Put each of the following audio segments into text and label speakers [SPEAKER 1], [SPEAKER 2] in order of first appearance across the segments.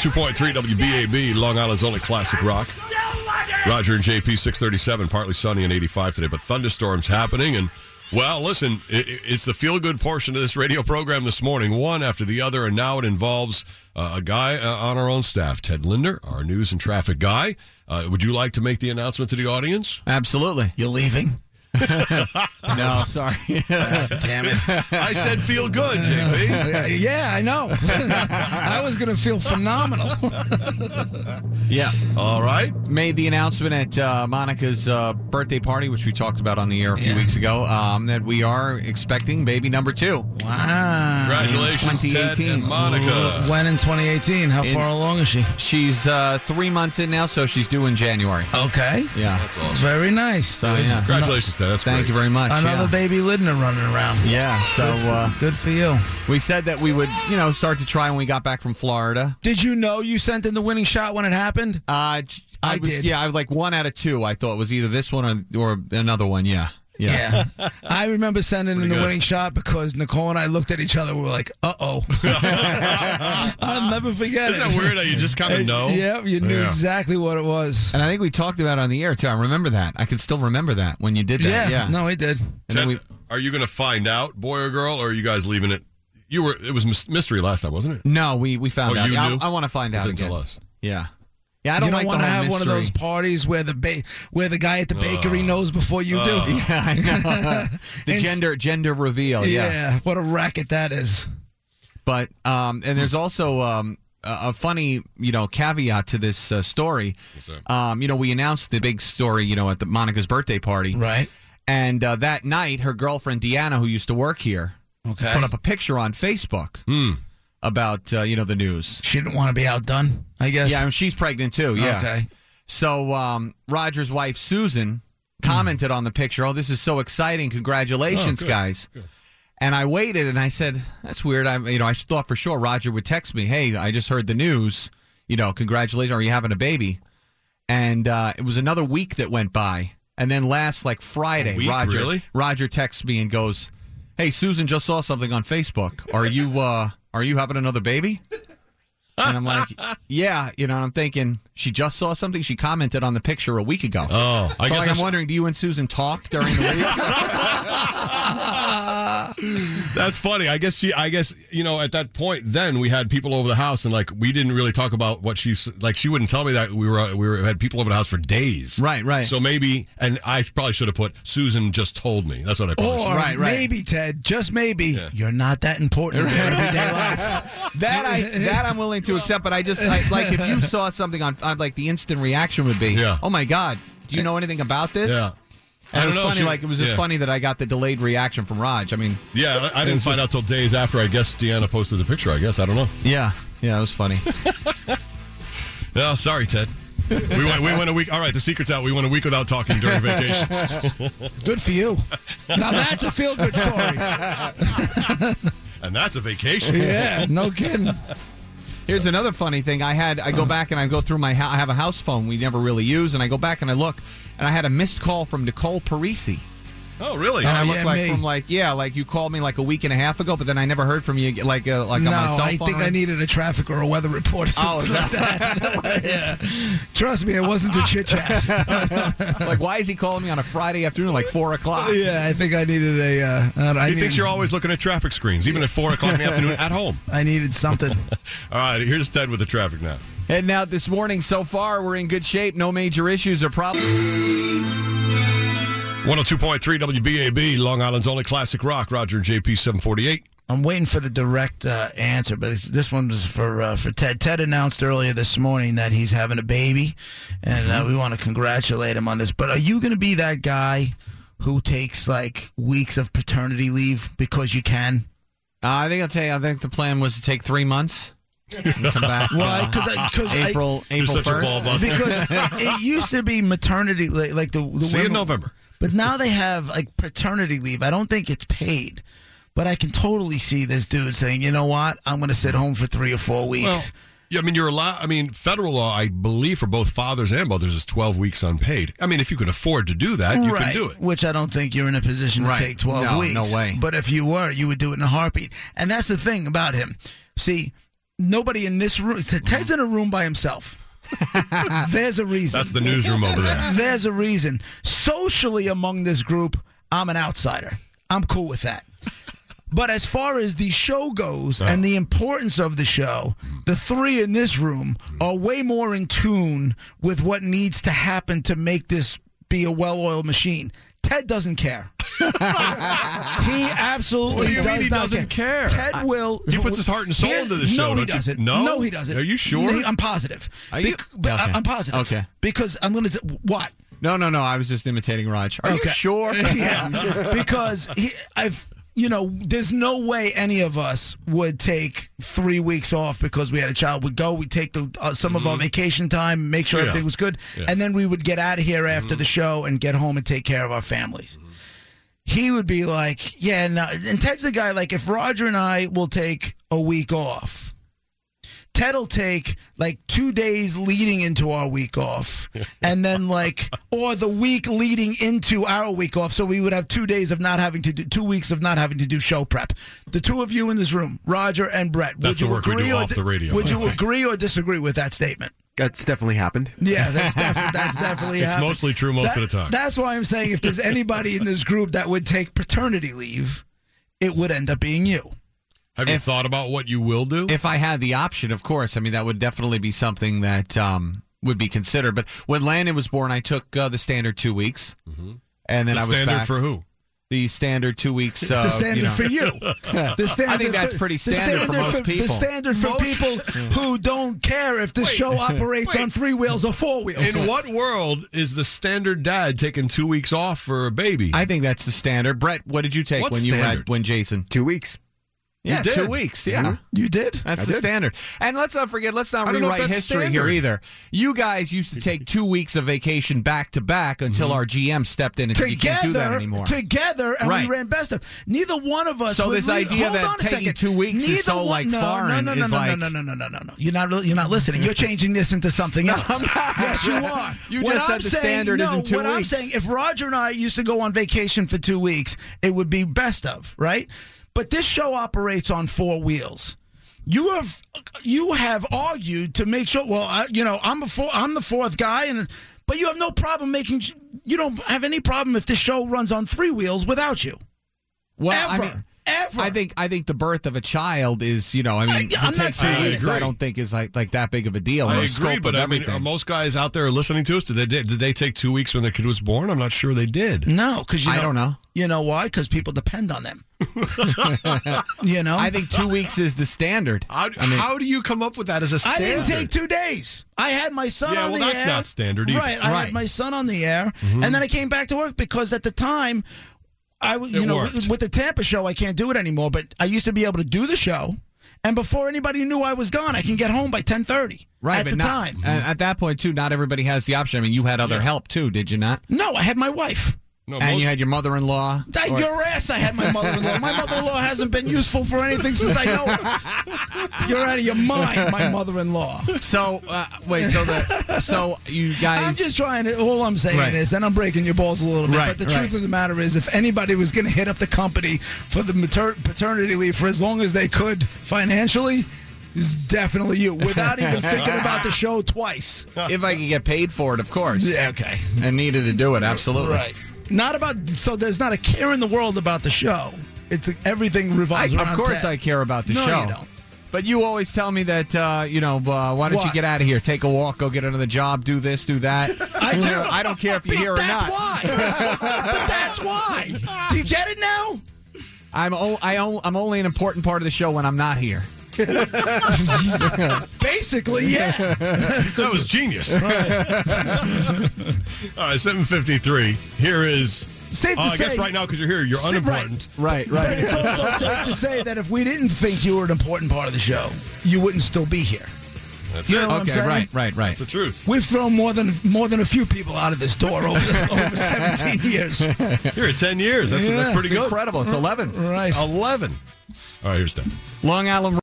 [SPEAKER 1] 2.3 WBAB, Long Island's only classic rock. Roger and JP, 637, partly sunny and 85 today, but thunderstorms happening. And, well, listen, it, it's the feel good portion of this radio program this morning, one after the other. And now it involves uh, a guy uh, on our own staff, Ted Linder, our news and traffic guy. Uh, would you like to make the announcement to the audience?
[SPEAKER 2] Absolutely.
[SPEAKER 3] You leaving?
[SPEAKER 2] No, sorry.
[SPEAKER 3] Damn it.
[SPEAKER 1] I said feel good, JP.
[SPEAKER 3] Uh, yeah, I know. I was going to feel phenomenal.
[SPEAKER 2] yeah.
[SPEAKER 1] All right.
[SPEAKER 2] Made the announcement at uh, Monica's uh, birthday party, which we talked about on the air a few weeks ago, um, that we are expecting baby number two.
[SPEAKER 3] wow.
[SPEAKER 1] Congratulations, Ted
[SPEAKER 2] 2018.
[SPEAKER 1] and Monica.
[SPEAKER 3] When in 2018? How
[SPEAKER 2] In-
[SPEAKER 3] far along is she?
[SPEAKER 2] She's uh, three months in now, so she's due in January.
[SPEAKER 3] Okay.
[SPEAKER 2] Yeah.
[SPEAKER 1] That's awesome.
[SPEAKER 3] Very nice. So,
[SPEAKER 1] Oh,
[SPEAKER 2] yeah.
[SPEAKER 1] Congratulations, Ted. That's
[SPEAKER 2] Thank
[SPEAKER 1] great.
[SPEAKER 2] you very much.
[SPEAKER 3] Another
[SPEAKER 2] yeah.
[SPEAKER 3] baby Lidner running around.
[SPEAKER 2] Yeah. So uh,
[SPEAKER 3] Good for you.
[SPEAKER 2] we said that we would, you know, start to try when we got back from Florida.
[SPEAKER 3] Did you know you sent in the winning shot when it happened?
[SPEAKER 2] Uh, j- I,
[SPEAKER 3] I
[SPEAKER 2] was,
[SPEAKER 3] did.
[SPEAKER 2] Yeah, I was like one out of two. I thought it was either this one or, or another one. Yeah. Yeah.
[SPEAKER 3] Yeah. I remember sending in the winning shot because Nicole and I looked at each other. We were like, uh oh. I'll never forget
[SPEAKER 1] Isn't
[SPEAKER 3] it.
[SPEAKER 1] that weird how you just kind of know?
[SPEAKER 3] Yep, you knew
[SPEAKER 1] Yeah.
[SPEAKER 3] exactly what it was.
[SPEAKER 2] And I think we talked about it on the air too. I remember that. I could still remember that when you did
[SPEAKER 3] Yeah,
[SPEAKER 2] that.
[SPEAKER 3] no, it did.
[SPEAKER 2] And
[SPEAKER 1] Ted,
[SPEAKER 2] then we,
[SPEAKER 1] are you going to find out, boy or girl, or are you guys leaving it? You were. It was mys- mystery last time, wasn't it?
[SPEAKER 2] no, we we found
[SPEAKER 1] Oh,
[SPEAKER 2] out.
[SPEAKER 1] you
[SPEAKER 2] Yeah,
[SPEAKER 1] knew?
[SPEAKER 2] I, want to find
[SPEAKER 1] You
[SPEAKER 2] out
[SPEAKER 1] didn't
[SPEAKER 2] again.
[SPEAKER 1] tell us.
[SPEAKER 2] Yeah. Yeah, I don't,
[SPEAKER 3] you don't
[SPEAKER 2] like
[SPEAKER 3] want
[SPEAKER 2] the
[SPEAKER 3] to
[SPEAKER 2] whole
[SPEAKER 3] have one of those
[SPEAKER 2] mystery.
[SPEAKER 3] parties where the ba- where the guy at the bakery knows before you do.
[SPEAKER 2] Yeah, I know. the
[SPEAKER 3] It's-
[SPEAKER 2] gender gender reveal.
[SPEAKER 3] Oh, Yeah.
[SPEAKER 2] Yeah.
[SPEAKER 3] what a racket that is.
[SPEAKER 2] But um, and there's also um, a a funny you know caveat to this uh, story.
[SPEAKER 1] that?
[SPEAKER 2] Um, you know, we announced the big story. You know, at the Monica's birthday party.
[SPEAKER 3] Right.
[SPEAKER 2] And uh, that night, her girlfriend Deanna, who used to work here,
[SPEAKER 3] Okay.
[SPEAKER 2] put up a picture on Facebook
[SPEAKER 3] Hmm.
[SPEAKER 2] about uh, you know the news.
[SPEAKER 3] She didn't want to be outdone, I guess.
[SPEAKER 2] Yeah, and she's pregnant too. Yeah.
[SPEAKER 3] Okay.
[SPEAKER 2] So um, Roger's wife Susan commented on the picture. Oh, this is so exciting!
[SPEAKER 1] Oh,
[SPEAKER 2] Congratulations, guys. And I waited and I said, "That's weird." I, you know, I thought for sure Roger would text me, "Hey, I just heard the news. You know, congratulations, are you having a baby?" And uh, it was another week that went by, and then last like Friday,
[SPEAKER 1] A week,
[SPEAKER 2] Roger
[SPEAKER 1] really?
[SPEAKER 2] Roger texts me and goes, "Hey, Susan just saw something on Facebook. Are you uh, are you having another baby?" And I'm like, yeah, you know, and I'm thinking she just saw something. She commented on the picture a week ago.
[SPEAKER 1] Oh, I
[SPEAKER 2] So,
[SPEAKER 1] guess
[SPEAKER 2] like,
[SPEAKER 1] I
[SPEAKER 2] I'm
[SPEAKER 1] should-
[SPEAKER 2] wondering, do you and Susan talk during the week?
[SPEAKER 1] That's funny. I guess she. I guess you know. At that point, then we had people over the house, and like we didn't really talk about what she's like. She wouldn't tell me that we were uh, we were had people over the house for days.
[SPEAKER 2] Right, right.
[SPEAKER 1] So maybe, and I probably should have put Susan just told me. That's what I probably.
[SPEAKER 3] Or
[SPEAKER 1] should
[SPEAKER 2] Oh, Right, right.
[SPEAKER 3] maybe Ted, just maybe, you're not that important in everyday life.
[SPEAKER 2] that I that I'm willing to accept, but I just I, like if you saw something on, on like the instant reaction would be,
[SPEAKER 1] Yeah.
[SPEAKER 2] oh my god, do you know anything about this?
[SPEAKER 1] Yeah.
[SPEAKER 2] And
[SPEAKER 1] I
[SPEAKER 2] it
[SPEAKER 1] don't
[SPEAKER 2] was
[SPEAKER 1] know,
[SPEAKER 2] funny,
[SPEAKER 1] she-
[SPEAKER 2] like it was just
[SPEAKER 1] yeah.
[SPEAKER 2] funny that I got the delayed reaction from Raj. I mean,
[SPEAKER 1] Yeah, I, I didn't find out till days after. I guess Deanna posted the picture. I guess I don't know.
[SPEAKER 2] yeah, yeah, it was funny.
[SPEAKER 1] Yeah, sorry, Ted. We went. We went a week. All right, the secret's out. We went a week without talking during vacation.
[SPEAKER 3] Good for you. Now that's a feel good story.
[SPEAKER 1] And that's a vacation.
[SPEAKER 3] Yeah, no kidding.
[SPEAKER 2] Here's another funny thing. I had I go back and I go through my hou- I have a house phone we never really use, and I go back and I look, and I had a missed call from Nicole Parisi.
[SPEAKER 1] Oh, really?
[SPEAKER 2] And I
[SPEAKER 3] Oh,
[SPEAKER 2] looked
[SPEAKER 3] yeah,
[SPEAKER 2] like
[SPEAKER 3] me.
[SPEAKER 2] from like yeah, like you called me like a week and a half ago, but then I never heard from you ag- like uh, like
[SPEAKER 3] No,
[SPEAKER 2] on my cell
[SPEAKER 3] I
[SPEAKER 2] phone.
[SPEAKER 3] think
[SPEAKER 2] or
[SPEAKER 3] I needed a traffic or a weather report or
[SPEAKER 2] Oh,
[SPEAKER 3] something like that. yeah. Trust me, it wasn't a chit chat.
[SPEAKER 2] like why is he calling me on a Friday afternoon like four o'clock?
[SPEAKER 3] Yeah, I think I needed a. Uh, I,
[SPEAKER 1] he
[SPEAKER 3] needed,
[SPEAKER 1] thinks you're always looking at traffic screens, even at four o'clock in the afternoon at home.
[SPEAKER 3] I needed something.
[SPEAKER 1] All right, here's Ted with the traffic now.
[SPEAKER 2] And now this morning so far we're in good shape. No major issues or problems.
[SPEAKER 1] 102.3 WBAB, Long Island's only classic rock. Roger and JP 748.
[SPEAKER 3] I'm waiting for the direct uh, answer, but it's, this one was for uh, for Ted. Ted announced earlier this morning that he's having a baby, and
[SPEAKER 1] Mm-hmm.
[SPEAKER 3] uh, we want to congratulate him on this. But are you going to be that guy who takes like weeks of paternity leave because you can?
[SPEAKER 2] Uh, I think I'll tell you. I think the plan was to take three months. Come back.
[SPEAKER 3] Why?
[SPEAKER 2] uh,
[SPEAKER 3] Because because
[SPEAKER 2] April
[SPEAKER 1] You're
[SPEAKER 2] April
[SPEAKER 1] such a ball
[SPEAKER 2] first.
[SPEAKER 1] buster.
[SPEAKER 3] because it used to be maternity like, like the, the
[SPEAKER 1] See you in
[SPEAKER 3] women-
[SPEAKER 1] November.
[SPEAKER 3] But now they have like paternity leave. I don't think it's paid. But I can totally see this dude saying, you know what? I'm going to sit home for three or four weeks.
[SPEAKER 1] Well, yeah, I mean, you're allowed. I mean, federal law, I believe, for both fathers and mothers is 12 weeks unpaid. I mean, if you can afford to do that, you can
[SPEAKER 3] right,
[SPEAKER 1] do it.
[SPEAKER 3] Which I don't think you're in a position to
[SPEAKER 2] Right.
[SPEAKER 3] take 12
[SPEAKER 2] No,
[SPEAKER 3] weeks.
[SPEAKER 2] no way.
[SPEAKER 3] But if you were, you would do it in a heartbeat. And that's the thing about him. See, nobody in this room, Ted's in a room by himself. There's a reason.
[SPEAKER 1] That's the newsroom over there.
[SPEAKER 3] There's a reason. Socially, among this group, I'm an outsider. I'm cool with that. But as far as the show goes
[SPEAKER 1] Oh.
[SPEAKER 3] and the importance of the show, the three in this room are way more in tune with what needs to happen to make this be a well oiled machine. Ted doesn't care. he absolutely
[SPEAKER 1] What do you
[SPEAKER 3] does
[SPEAKER 1] mean he
[SPEAKER 3] not
[SPEAKER 1] doesn't care?
[SPEAKER 3] Ted will.
[SPEAKER 1] He puts his heart and soul into this show,
[SPEAKER 3] No, he
[SPEAKER 1] don't you?
[SPEAKER 3] doesn't.
[SPEAKER 1] No?
[SPEAKER 3] no, he doesn't.
[SPEAKER 1] Are you sure?
[SPEAKER 3] I'm positive.
[SPEAKER 2] Are you-
[SPEAKER 3] Bec- but I-
[SPEAKER 2] Okay.
[SPEAKER 3] I'm positive.
[SPEAKER 2] Okay.
[SPEAKER 3] Because I'm going to. What?
[SPEAKER 2] No, no, no. I was just imitating Raj. Are you sure?
[SPEAKER 3] yeah, because he, I've you know, there's no way any of us would take three weeks off because we had a child. We'd go, we'd take the, uh, some of our
[SPEAKER 2] Mm-hmm.
[SPEAKER 3] vacation time, make sure
[SPEAKER 1] Yeah.
[SPEAKER 3] everything was good,
[SPEAKER 1] Yeah.
[SPEAKER 3] and then we would get out of here
[SPEAKER 2] Mm-hmm.
[SPEAKER 3] after the show and get home and take care of our families. He would be like, yeah, no. And Ted's the guy, like, if Roger and I will take a week off, Ted'll take like two days leading into our week off, and then like or the week leading into our week off, so we would have two days of not having to do two weeks of not having to do show prep. The two of you in this room, Roger and Brett,
[SPEAKER 1] That's
[SPEAKER 3] would you
[SPEAKER 1] the work we
[SPEAKER 3] agree
[SPEAKER 1] do
[SPEAKER 3] or
[SPEAKER 1] off the radio,
[SPEAKER 3] Would
[SPEAKER 1] I
[SPEAKER 3] you
[SPEAKER 1] think.
[SPEAKER 3] agree or disagree with that statement?
[SPEAKER 4] That's definitely happened.
[SPEAKER 3] Yeah, that's def- that's definitely
[SPEAKER 1] It's
[SPEAKER 3] happened.
[SPEAKER 1] mostly true most
[SPEAKER 3] That-
[SPEAKER 1] of the time.
[SPEAKER 3] That's why I'm saying if there's anybody in this group that would take paternity leave, it would end up being you.
[SPEAKER 1] Have you thought about what you will do?
[SPEAKER 2] If I had the option, of course. I mean, that would definitely be something that um, would be considered. But when Landon was born, I took uh, the standard two weeks, and
[SPEAKER 1] Mm-hmm.
[SPEAKER 2] then
[SPEAKER 1] the
[SPEAKER 2] I was
[SPEAKER 1] standard
[SPEAKER 2] back.
[SPEAKER 1] for who?
[SPEAKER 2] the standard two weeks. Uh,
[SPEAKER 3] the standard
[SPEAKER 2] you know.
[SPEAKER 3] for you. The standard
[SPEAKER 2] that's pretty standard for most people. Hmm.
[SPEAKER 3] The standard for people who don't care if the show operates on three wheels or four wheels.
[SPEAKER 1] In what world is the standard dad taking two weeks off for a baby?
[SPEAKER 2] I think that's the standard. Brett, what did you take
[SPEAKER 1] What
[SPEAKER 2] when you
[SPEAKER 1] standard?
[SPEAKER 2] had when Jason?
[SPEAKER 4] Two weeks.
[SPEAKER 2] Yeah,
[SPEAKER 1] did. Mm-hmm.
[SPEAKER 2] two weeks. Yeah.
[SPEAKER 3] You did?
[SPEAKER 2] That's
[SPEAKER 4] I
[SPEAKER 2] the
[SPEAKER 4] did.
[SPEAKER 2] standard. And let's not forget, let's not
[SPEAKER 1] I don't know if
[SPEAKER 2] rewrite
[SPEAKER 1] that's
[SPEAKER 2] history
[SPEAKER 1] standard.
[SPEAKER 2] here either. You guys used to take two weeks of vacation back to back until
[SPEAKER 1] Mm-hmm.
[SPEAKER 2] our GM stepped in and said, you can't do that
[SPEAKER 3] Together,
[SPEAKER 2] anymore.
[SPEAKER 3] together, and
[SPEAKER 2] Right.
[SPEAKER 3] we ran best of. Neither one of us.
[SPEAKER 2] So
[SPEAKER 3] would
[SPEAKER 2] this
[SPEAKER 3] leave-
[SPEAKER 2] idea
[SPEAKER 3] hold
[SPEAKER 2] that
[SPEAKER 3] on a
[SPEAKER 2] taking
[SPEAKER 3] second.
[SPEAKER 2] two weeks is
[SPEAKER 3] Neither
[SPEAKER 2] so,
[SPEAKER 3] one,
[SPEAKER 2] like,
[SPEAKER 3] no,
[SPEAKER 2] foreign
[SPEAKER 3] No, no, no,
[SPEAKER 2] is
[SPEAKER 3] no,
[SPEAKER 2] like-
[SPEAKER 3] no, no, no, no, no, no. You're not. li- You're not listening. You're changing this into something else. Yes, you are.
[SPEAKER 2] You
[SPEAKER 3] what
[SPEAKER 2] just said
[SPEAKER 3] I'm
[SPEAKER 2] the
[SPEAKER 3] saying,
[SPEAKER 2] standard
[SPEAKER 3] no,
[SPEAKER 2] is in two
[SPEAKER 3] what I'm
[SPEAKER 2] weeks.
[SPEAKER 3] saying, if Roger and I used to go on vacation for two weeks, it would be best of right. But this show operates on four wheels. You have you have argued to make sure. Well, I, you know, I'm a four, I'm the fourth guy, and but you have no problem making. You don't have any problem if this show runs on three wheels without you.
[SPEAKER 2] well,
[SPEAKER 3] ever,
[SPEAKER 2] I mean,
[SPEAKER 3] ever.
[SPEAKER 2] I think I think the birth of a child is, you know, I mean,
[SPEAKER 3] I-
[SPEAKER 2] to
[SPEAKER 3] I'm not
[SPEAKER 2] take two
[SPEAKER 3] saying- I
[SPEAKER 2] weeks,
[SPEAKER 1] agree.
[SPEAKER 2] I don't think is like like that big of a deal. in
[SPEAKER 1] I
[SPEAKER 2] the
[SPEAKER 1] agree,
[SPEAKER 2] scope
[SPEAKER 1] but
[SPEAKER 2] of
[SPEAKER 1] I mean,
[SPEAKER 2] everything.
[SPEAKER 1] are most guys out there listening to us, did they, did they take two weeks when their kid was born? I'm not sure they did.
[SPEAKER 3] No, because you
[SPEAKER 2] I don't know.
[SPEAKER 3] You know why? Because people depend on them. you know,
[SPEAKER 2] I think two weeks is the standard.
[SPEAKER 1] How, how do you come up with that as a
[SPEAKER 3] I
[SPEAKER 1] standard?
[SPEAKER 3] didn't take two days. I had my son
[SPEAKER 1] Yeah,
[SPEAKER 3] on
[SPEAKER 1] well,
[SPEAKER 3] the
[SPEAKER 1] that's
[SPEAKER 3] air.
[SPEAKER 1] not standard either. Mm-hmm.
[SPEAKER 3] Right, I
[SPEAKER 2] Right.
[SPEAKER 3] had my son on the air, and then I came back to work because at the time, I w- you
[SPEAKER 1] It
[SPEAKER 3] know
[SPEAKER 1] worked.
[SPEAKER 3] with the Tampa show I can't do it anymore, but I used to be able to do the show, and before anybody knew I was gone, I can get home by ten thirty.
[SPEAKER 2] right
[SPEAKER 3] at
[SPEAKER 2] but
[SPEAKER 3] the
[SPEAKER 2] not, Mm-hmm.
[SPEAKER 3] time.
[SPEAKER 2] a- At that point, too, not everybody has the option. I mean, you had other help too, did you not?
[SPEAKER 3] No, I had my wife.
[SPEAKER 1] No,
[SPEAKER 2] and
[SPEAKER 1] most-
[SPEAKER 2] you had your mother-in-law.
[SPEAKER 3] I,
[SPEAKER 2] or-
[SPEAKER 3] your ass, I had my mother-in-law. My mother-in-law hasn't been useful for anything since I know her. You're out of your mind, my mother-in-law.
[SPEAKER 2] So uh, wait, so the so you guys.
[SPEAKER 3] I'm just trying to. All I'm saying
[SPEAKER 2] Right.
[SPEAKER 3] is, and I'm breaking your balls a little bit.
[SPEAKER 2] Right,
[SPEAKER 3] but the
[SPEAKER 2] right.
[SPEAKER 3] truth of the matter is, if anybody was going to hit up the company for the mater- paternity leave for as long as they could financially, is definitely you, without even thinking about the show twice.
[SPEAKER 2] if I could get paid for it, of course,
[SPEAKER 3] Yeah, okay,
[SPEAKER 2] and needed to do it, absolutely.
[SPEAKER 3] right. Not about. So there's not a care in the world about the show. It's everything
[SPEAKER 2] I,
[SPEAKER 3] revolves around.
[SPEAKER 2] of course,
[SPEAKER 3] Ted.
[SPEAKER 2] I care about the
[SPEAKER 3] No,
[SPEAKER 2] show.
[SPEAKER 3] you don't.
[SPEAKER 2] But you always tell me that uh, you know. Uh, why don't you
[SPEAKER 3] What?
[SPEAKER 2] get out of here? Take a walk. Go get another job. Do this. Do that.
[SPEAKER 3] I do.
[SPEAKER 2] I don't care if you're
[SPEAKER 3] But
[SPEAKER 2] here or
[SPEAKER 3] that's
[SPEAKER 2] not.
[SPEAKER 3] why. but that's why. Do you get it now?
[SPEAKER 2] I'm o- I o- I'm only an important part of the show when I'm not here.
[SPEAKER 3] Basically, yeah.
[SPEAKER 1] That was genius. All right, 753. Here is
[SPEAKER 3] safe
[SPEAKER 1] Oh,
[SPEAKER 3] to
[SPEAKER 1] I
[SPEAKER 3] say,
[SPEAKER 1] guess right now because you're here, you're
[SPEAKER 3] Sit
[SPEAKER 1] unimportant.
[SPEAKER 2] Right,
[SPEAKER 3] But
[SPEAKER 2] right.
[SPEAKER 3] it's also safe to say that if we didn't think you were an important part of the show, you wouldn't still be here.
[SPEAKER 1] That's
[SPEAKER 3] You
[SPEAKER 1] it.
[SPEAKER 3] know what I'm
[SPEAKER 5] Okay,
[SPEAKER 3] saying?
[SPEAKER 5] right, right, right.
[SPEAKER 1] That's the truth.
[SPEAKER 3] We've thrown more than more than a few people out of this door over, over 17 years.
[SPEAKER 1] Here at 10 years. That's,
[SPEAKER 3] Yeah,
[SPEAKER 1] that's pretty
[SPEAKER 5] It's
[SPEAKER 1] good.
[SPEAKER 5] incredible. It's 11.
[SPEAKER 3] Right.
[SPEAKER 1] 11. All right, here's Ted.
[SPEAKER 5] Long Island.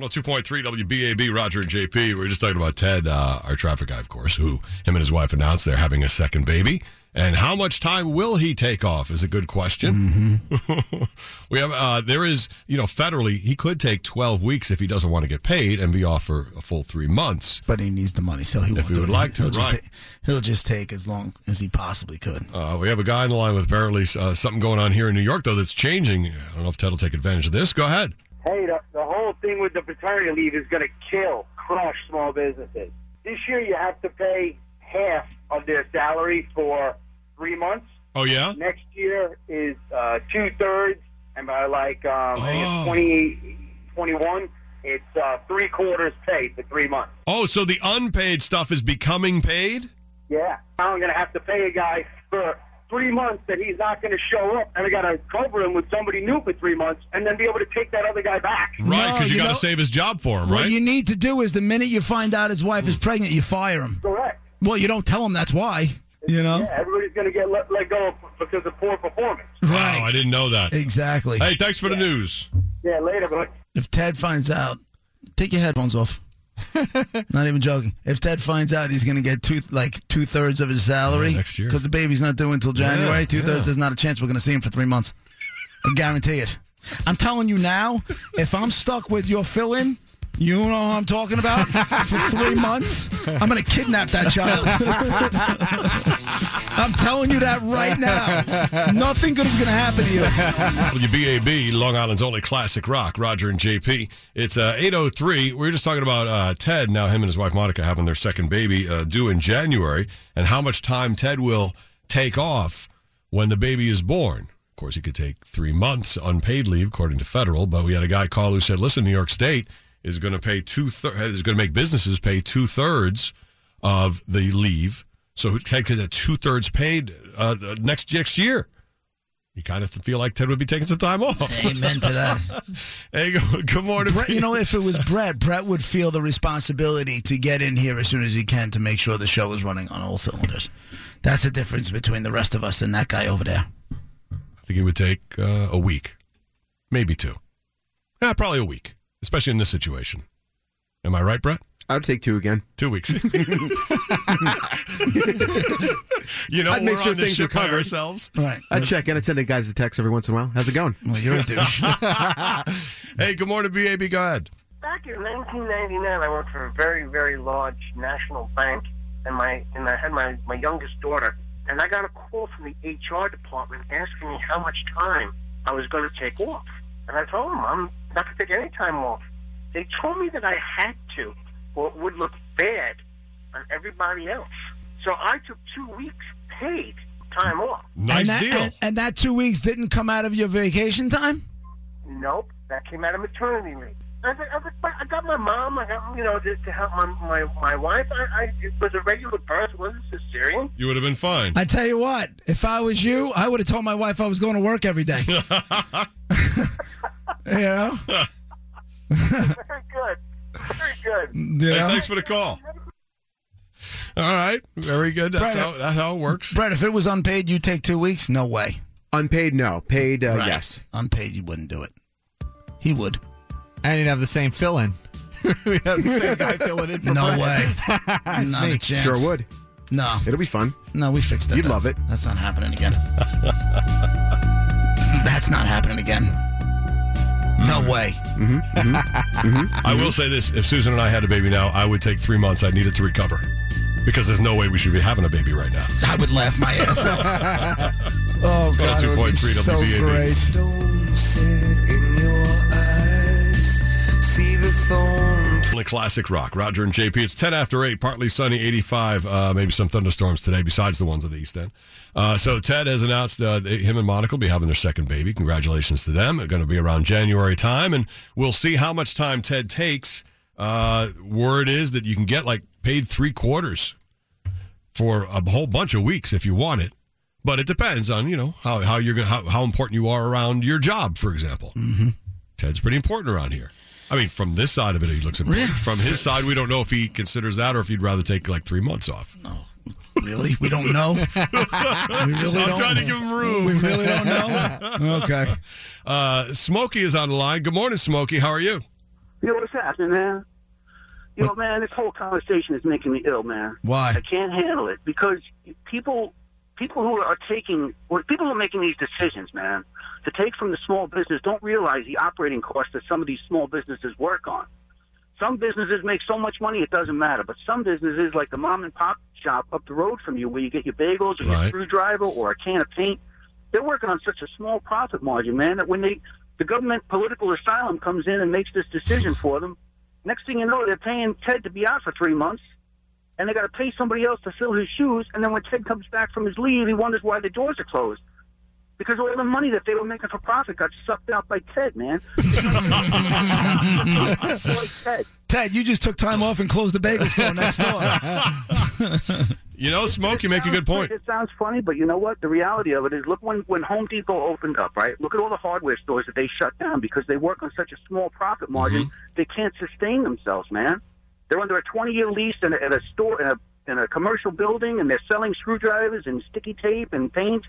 [SPEAKER 1] 102.3 WBAB, Roger and JP. We were just talking about Ted, uh, our traffic guy, of course, who him and his wife announced they're having a second baby. And how much time will he take off is a good question. Mm-hmm. we have uh, there is you know federally he could take twelve weeks if he doesn't want to get paid and be off for a full three months.
[SPEAKER 3] But he needs the money, so he won't
[SPEAKER 1] he
[SPEAKER 3] do
[SPEAKER 1] would
[SPEAKER 3] it.
[SPEAKER 1] like to,
[SPEAKER 3] he'll just
[SPEAKER 1] right.
[SPEAKER 3] ta- he'll just take as long as he possibly could.
[SPEAKER 1] Uh, we have a guy on the line with apparently uh, something going on here in New York though that's changing. I don't know if Ted will take advantage of this. Go ahead.
[SPEAKER 6] Hey, the, the whole thing with the paternity leave is going to kill, crush small businesses. This year, you have to pay half of their salary for three months.
[SPEAKER 1] Oh yeah,
[SPEAKER 6] Next year is uh, two thirds, and by like um, I think
[SPEAKER 1] Oh.
[SPEAKER 6] it's 20, 21, it's uh, three quarters pay for three months.
[SPEAKER 1] oh so the unpaid stuff is becoming paid.
[SPEAKER 6] Yeah, now I'm going to have to pay a guy for three months that he's not going to show up, and I got to cover him with somebody new for three months, and then be able to take that other guy back.
[SPEAKER 1] Right,
[SPEAKER 3] No,
[SPEAKER 1] because you,
[SPEAKER 3] you
[SPEAKER 1] got to
[SPEAKER 3] know-
[SPEAKER 1] save his job for him, right? Hmm.
[SPEAKER 3] What you need to do is the minute you find out his wife is pregnant, you fire him.
[SPEAKER 6] Correct.
[SPEAKER 3] Well, you don't tell him that's why. You know,
[SPEAKER 6] Yeah, everybody's going to get let, let go because of poor performance.
[SPEAKER 3] right?
[SPEAKER 1] Wow, I didn't know that.
[SPEAKER 3] Exactly.
[SPEAKER 1] Hey, thanks for the news.
[SPEAKER 6] Yeah, later, but
[SPEAKER 3] If Ted finds out, take your headphones off. not even joking. If Ted finds out, he's going to get two like two thirds of his salary
[SPEAKER 1] Yeah, next year.
[SPEAKER 3] because the baby's not due until January.
[SPEAKER 1] Yeah,
[SPEAKER 3] two thirds.
[SPEAKER 1] yeah.
[SPEAKER 3] There's not a chance we're going to see him for three months. I guarantee it. I'm telling you now. If I'm stuck with your fill in. You know what I'm talking about? For three months, I'm going to kidnap that child. I'm telling you that right now. Nothing good is going to happen to you.
[SPEAKER 1] WBAB, Long Island's only classic rock, Roger and JP. It's uh, 803. We were just talking about uh, Ted, now him and his wife Monica having their second baby uh, due in January, and how much time Ted will take off when the baby is born. Of course, he could take three months unpaid leave, according to federal, but we had a guy call who said, listen, New York State is going to pay two thirds, is going to make businesses pay two thirds of the leave. So Ted could get two thirds paid uh, the next, next year. You kind of feel like Ted would be taking some time off.
[SPEAKER 3] Amen to that.
[SPEAKER 1] Hey, good good morning.
[SPEAKER 3] Brett, you know, if it was Brett, Brett would feel the responsibility to get in here as soon as he can to make sure the show is running on all cylinders. That's the difference between the rest of us and that guy over there.
[SPEAKER 1] I think it would take uh, a week, maybe two. Yeah, probably a week, especially in this situation. Am I right, Brett?
[SPEAKER 2] I would take two again.
[SPEAKER 1] Two weeks. you know,
[SPEAKER 2] I'd
[SPEAKER 1] we're
[SPEAKER 2] make sure
[SPEAKER 1] on this
[SPEAKER 2] things
[SPEAKER 1] ship
[SPEAKER 2] were
[SPEAKER 1] by
[SPEAKER 2] covered.
[SPEAKER 1] ourselves.
[SPEAKER 3] All right.
[SPEAKER 2] I'd check in. I'd send the guys a text every once in a while. How's it going?
[SPEAKER 3] Well, you're a douche.
[SPEAKER 1] Hey, good morning, BAB. Go ahead.
[SPEAKER 6] back in 1999, I worked for a very, very large national bank, and my and I had my my youngest daughter, and I got a call from the HR department asking me how much time I was going to take off, and I told them I'm not going to take any time off. They told me that I had to, or it would look bad on everybody else. So I took two weeks paid time off.
[SPEAKER 1] Nice
[SPEAKER 3] and, that,
[SPEAKER 1] deal.
[SPEAKER 3] And, and that two weeks didn't come out of your vacation time?
[SPEAKER 6] Nope, that came out of maternity leave. I, I, I, I got my mom, I got, you know, to, to help my my, my wife. I, I, it was a regular birth, it wasn't cesarean.
[SPEAKER 1] you would have been fine.
[SPEAKER 3] I tell you what, if I was you, I would have told my wife I was going to work every day. you know?
[SPEAKER 6] Very good, very good.
[SPEAKER 3] You
[SPEAKER 1] hey,
[SPEAKER 3] know?
[SPEAKER 1] thanks for the call. All right, very good. That's
[SPEAKER 3] Brett,
[SPEAKER 1] how that's how it works.
[SPEAKER 3] Brett, if it was unpaid, you take two weeks? No way.
[SPEAKER 2] Unpaid, no. Paid, uh,
[SPEAKER 3] Right.
[SPEAKER 2] yes.
[SPEAKER 3] Unpaid, you wouldn't do it. He would.
[SPEAKER 5] And he'd have the same fill in. We'd have the same guy filling in for
[SPEAKER 3] No
[SPEAKER 5] Brett.
[SPEAKER 3] way. Not a chance.
[SPEAKER 2] Sure would.
[SPEAKER 3] No.
[SPEAKER 2] It'll be fun.
[SPEAKER 3] No, we fixed it.
[SPEAKER 2] You'd
[SPEAKER 3] That's-
[SPEAKER 2] love it.
[SPEAKER 3] That's not happening again. That's not happening again. No way.
[SPEAKER 1] I will say this: if Susan and I had a baby now, I would take three months. I needed to recover because there's no way we should be having a baby right now.
[SPEAKER 3] I would laugh my ass off. oh, God. It would be
[SPEAKER 1] 102.3
[SPEAKER 3] so
[SPEAKER 1] WBAB.
[SPEAKER 3] great.
[SPEAKER 1] Only classic rock. Roger and JP. It's 10 after 8, partly sunny, 85, uh, maybe some thunderstorms today, besides the ones at the East End. Uh, so Ted has announced uh, that him and Monica will be having their second baby. Congratulations to them. They're going to be around January time, and we'll see how much time Ted takes. Uh, word is that you can get like paid three quarters for a whole bunch of weeks if you want it. But it depends on you know how how you're gonna, how how important you are around your job, for example. Ted's pretty important around here. I mean, from this side of it, he looks important. From his side, we don't know if he considers that or if he'd rather take like three months off.
[SPEAKER 3] Really? We don't know. we really
[SPEAKER 1] I'm
[SPEAKER 3] don't.
[SPEAKER 1] trying to give him
[SPEAKER 3] we
[SPEAKER 1] room.
[SPEAKER 3] really don't know. Okay.
[SPEAKER 1] Uh, Smokey is on the line. Good morning, Smokey. How are you?
[SPEAKER 6] Yo, what's happening, man? Yo, man, this whole conversation is making me ill, man.
[SPEAKER 3] Why?
[SPEAKER 6] I can't handle it because people, people who are taking, or people who are making these decisions, man, to take from the small business don't realize the operating costs that some of these small businesses work on. Some businesses make so much money it doesn't matter, but some businesses, like the mom and pop shop up the road from you, where you get your bagels or
[SPEAKER 1] Right.
[SPEAKER 6] your screwdriver or a can of paint, they're working on such a small profit margin, man, that when they the government political asylum comes in and makes this decision for them, next thing you know, they're paying Ted to be out for three months, and they got to pay somebody else to fill his shoes. And then when Ted comes back from his leave, he wonders why the doors are closed. Because all the money that they were making for profit got sucked out by Ted, man. Boy, Ted.
[SPEAKER 3] Ted, you just took time off and closed the bagel store next door.
[SPEAKER 1] You know, Smokey, make a good point.
[SPEAKER 6] It sounds funny, but you know what? The reality of it is, look when when Home Depot opened up, right? Look at all the hardware stores that they shut down because they work on such a small profit margin. They can't sustain themselves, man. They're under a twenty-year lease in a, at a store in a in a commercial building, and they're selling screwdrivers and sticky tape and paint.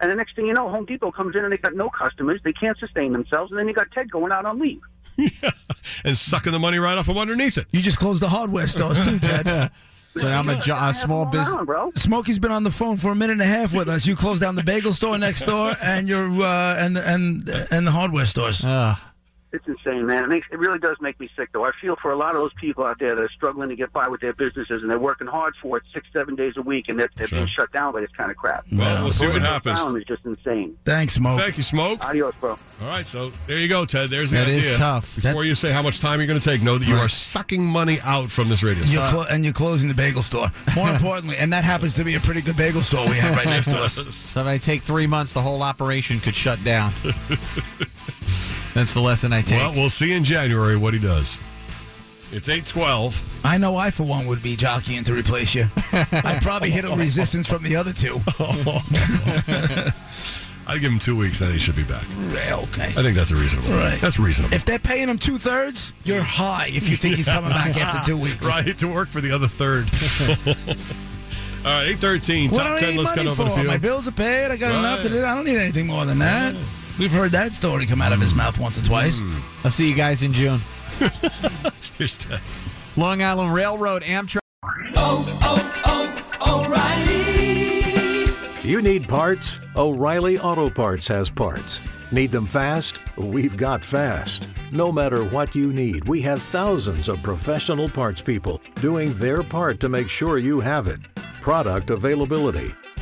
[SPEAKER 6] And the next thing you know, Home Depot comes in and they got no customers. They can't sustain themselves, and then you got Ted going out on leave.
[SPEAKER 1] and sucking the money right off from underneath it.
[SPEAKER 3] You just closed the hardware stores too, Ted.
[SPEAKER 2] So I'm a, jo- a
[SPEAKER 6] Have
[SPEAKER 2] small
[SPEAKER 6] them
[SPEAKER 2] business.
[SPEAKER 6] around, bro.
[SPEAKER 3] Smokey's been on the phone for a minute and a half with us. You closed down the bagel store next door and your uh, and and and the hardware stores.
[SPEAKER 6] It's insane, man. It makes it really does make me sick, though. I feel for a lot of those people out there that are struggling to get by with their businesses, and they're working hard for it six, seven days a week, and they're, they're
[SPEAKER 1] Sure.
[SPEAKER 6] being shut down by this kind of crap.
[SPEAKER 1] Well, we'll see what happens.
[SPEAKER 6] Asylum is just insane.
[SPEAKER 3] Thanks, Smoke.
[SPEAKER 1] Thank you, Smoke.
[SPEAKER 6] Adios, bro.
[SPEAKER 1] All right, so there you go, Ted. There's the
[SPEAKER 2] That
[SPEAKER 1] idea.
[SPEAKER 2] is tough.
[SPEAKER 1] Before you say how much time you're going to take, know that you are sucking money out from this radio.
[SPEAKER 3] You're clo- and you're closing the bagel store. More importantly, and that happens to be a pretty good bagel store we have right next to us.
[SPEAKER 2] So if I take three months, the whole operation could shut down. That's the lesson I take.
[SPEAKER 1] Well, we'll see in January what he does. It's eight twelve.
[SPEAKER 3] I know I, for one, would be jockeying to replace you. I'd probably hit a resistance from the other two.
[SPEAKER 1] Oh, I'd give him two weeks, then he should be back.
[SPEAKER 3] Yeah, okay.
[SPEAKER 1] I think that's a reasonable. thing.
[SPEAKER 3] Right.
[SPEAKER 1] That's reasonable.
[SPEAKER 3] If they're paying him two thirds, you're high if you think he's coming back after two weeks.
[SPEAKER 1] right to work for the other third. All right, eight thirteen.
[SPEAKER 3] What do
[SPEAKER 1] Top
[SPEAKER 3] I
[SPEAKER 1] ten.
[SPEAKER 3] need
[SPEAKER 1] Let's cut
[SPEAKER 3] money
[SPEAKER 1] over the
[SPEAKER 3] for?
[SPEAKER 1] field.
[SPEAKER 3] My bills are paid. I got enough to
[SPEAKER 1] Right.
[SPEAKER 3] do. I don't need anything more than that. We've heard that story come out of his mouth once or twice.
[SPEAKER 1] Hmm.
[SPEAKER 2] I'll see you guys in June.
[SPEAKER 1] Here's Ted.
[SPEAKER 2] Long Island Railroad Amtrak.
[SPEAKER 7] Oh,
[SPEAKER 8] You need parts? O'Reilly Auto Parts has parts. Need them fast? We've got fast. No matter what you need, we have thousands of professional parts people doing their part to make sure you have it. Product availability.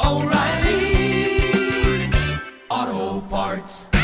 [SPEAKER 7] oh, O'Reilly. oh, Auto Parts.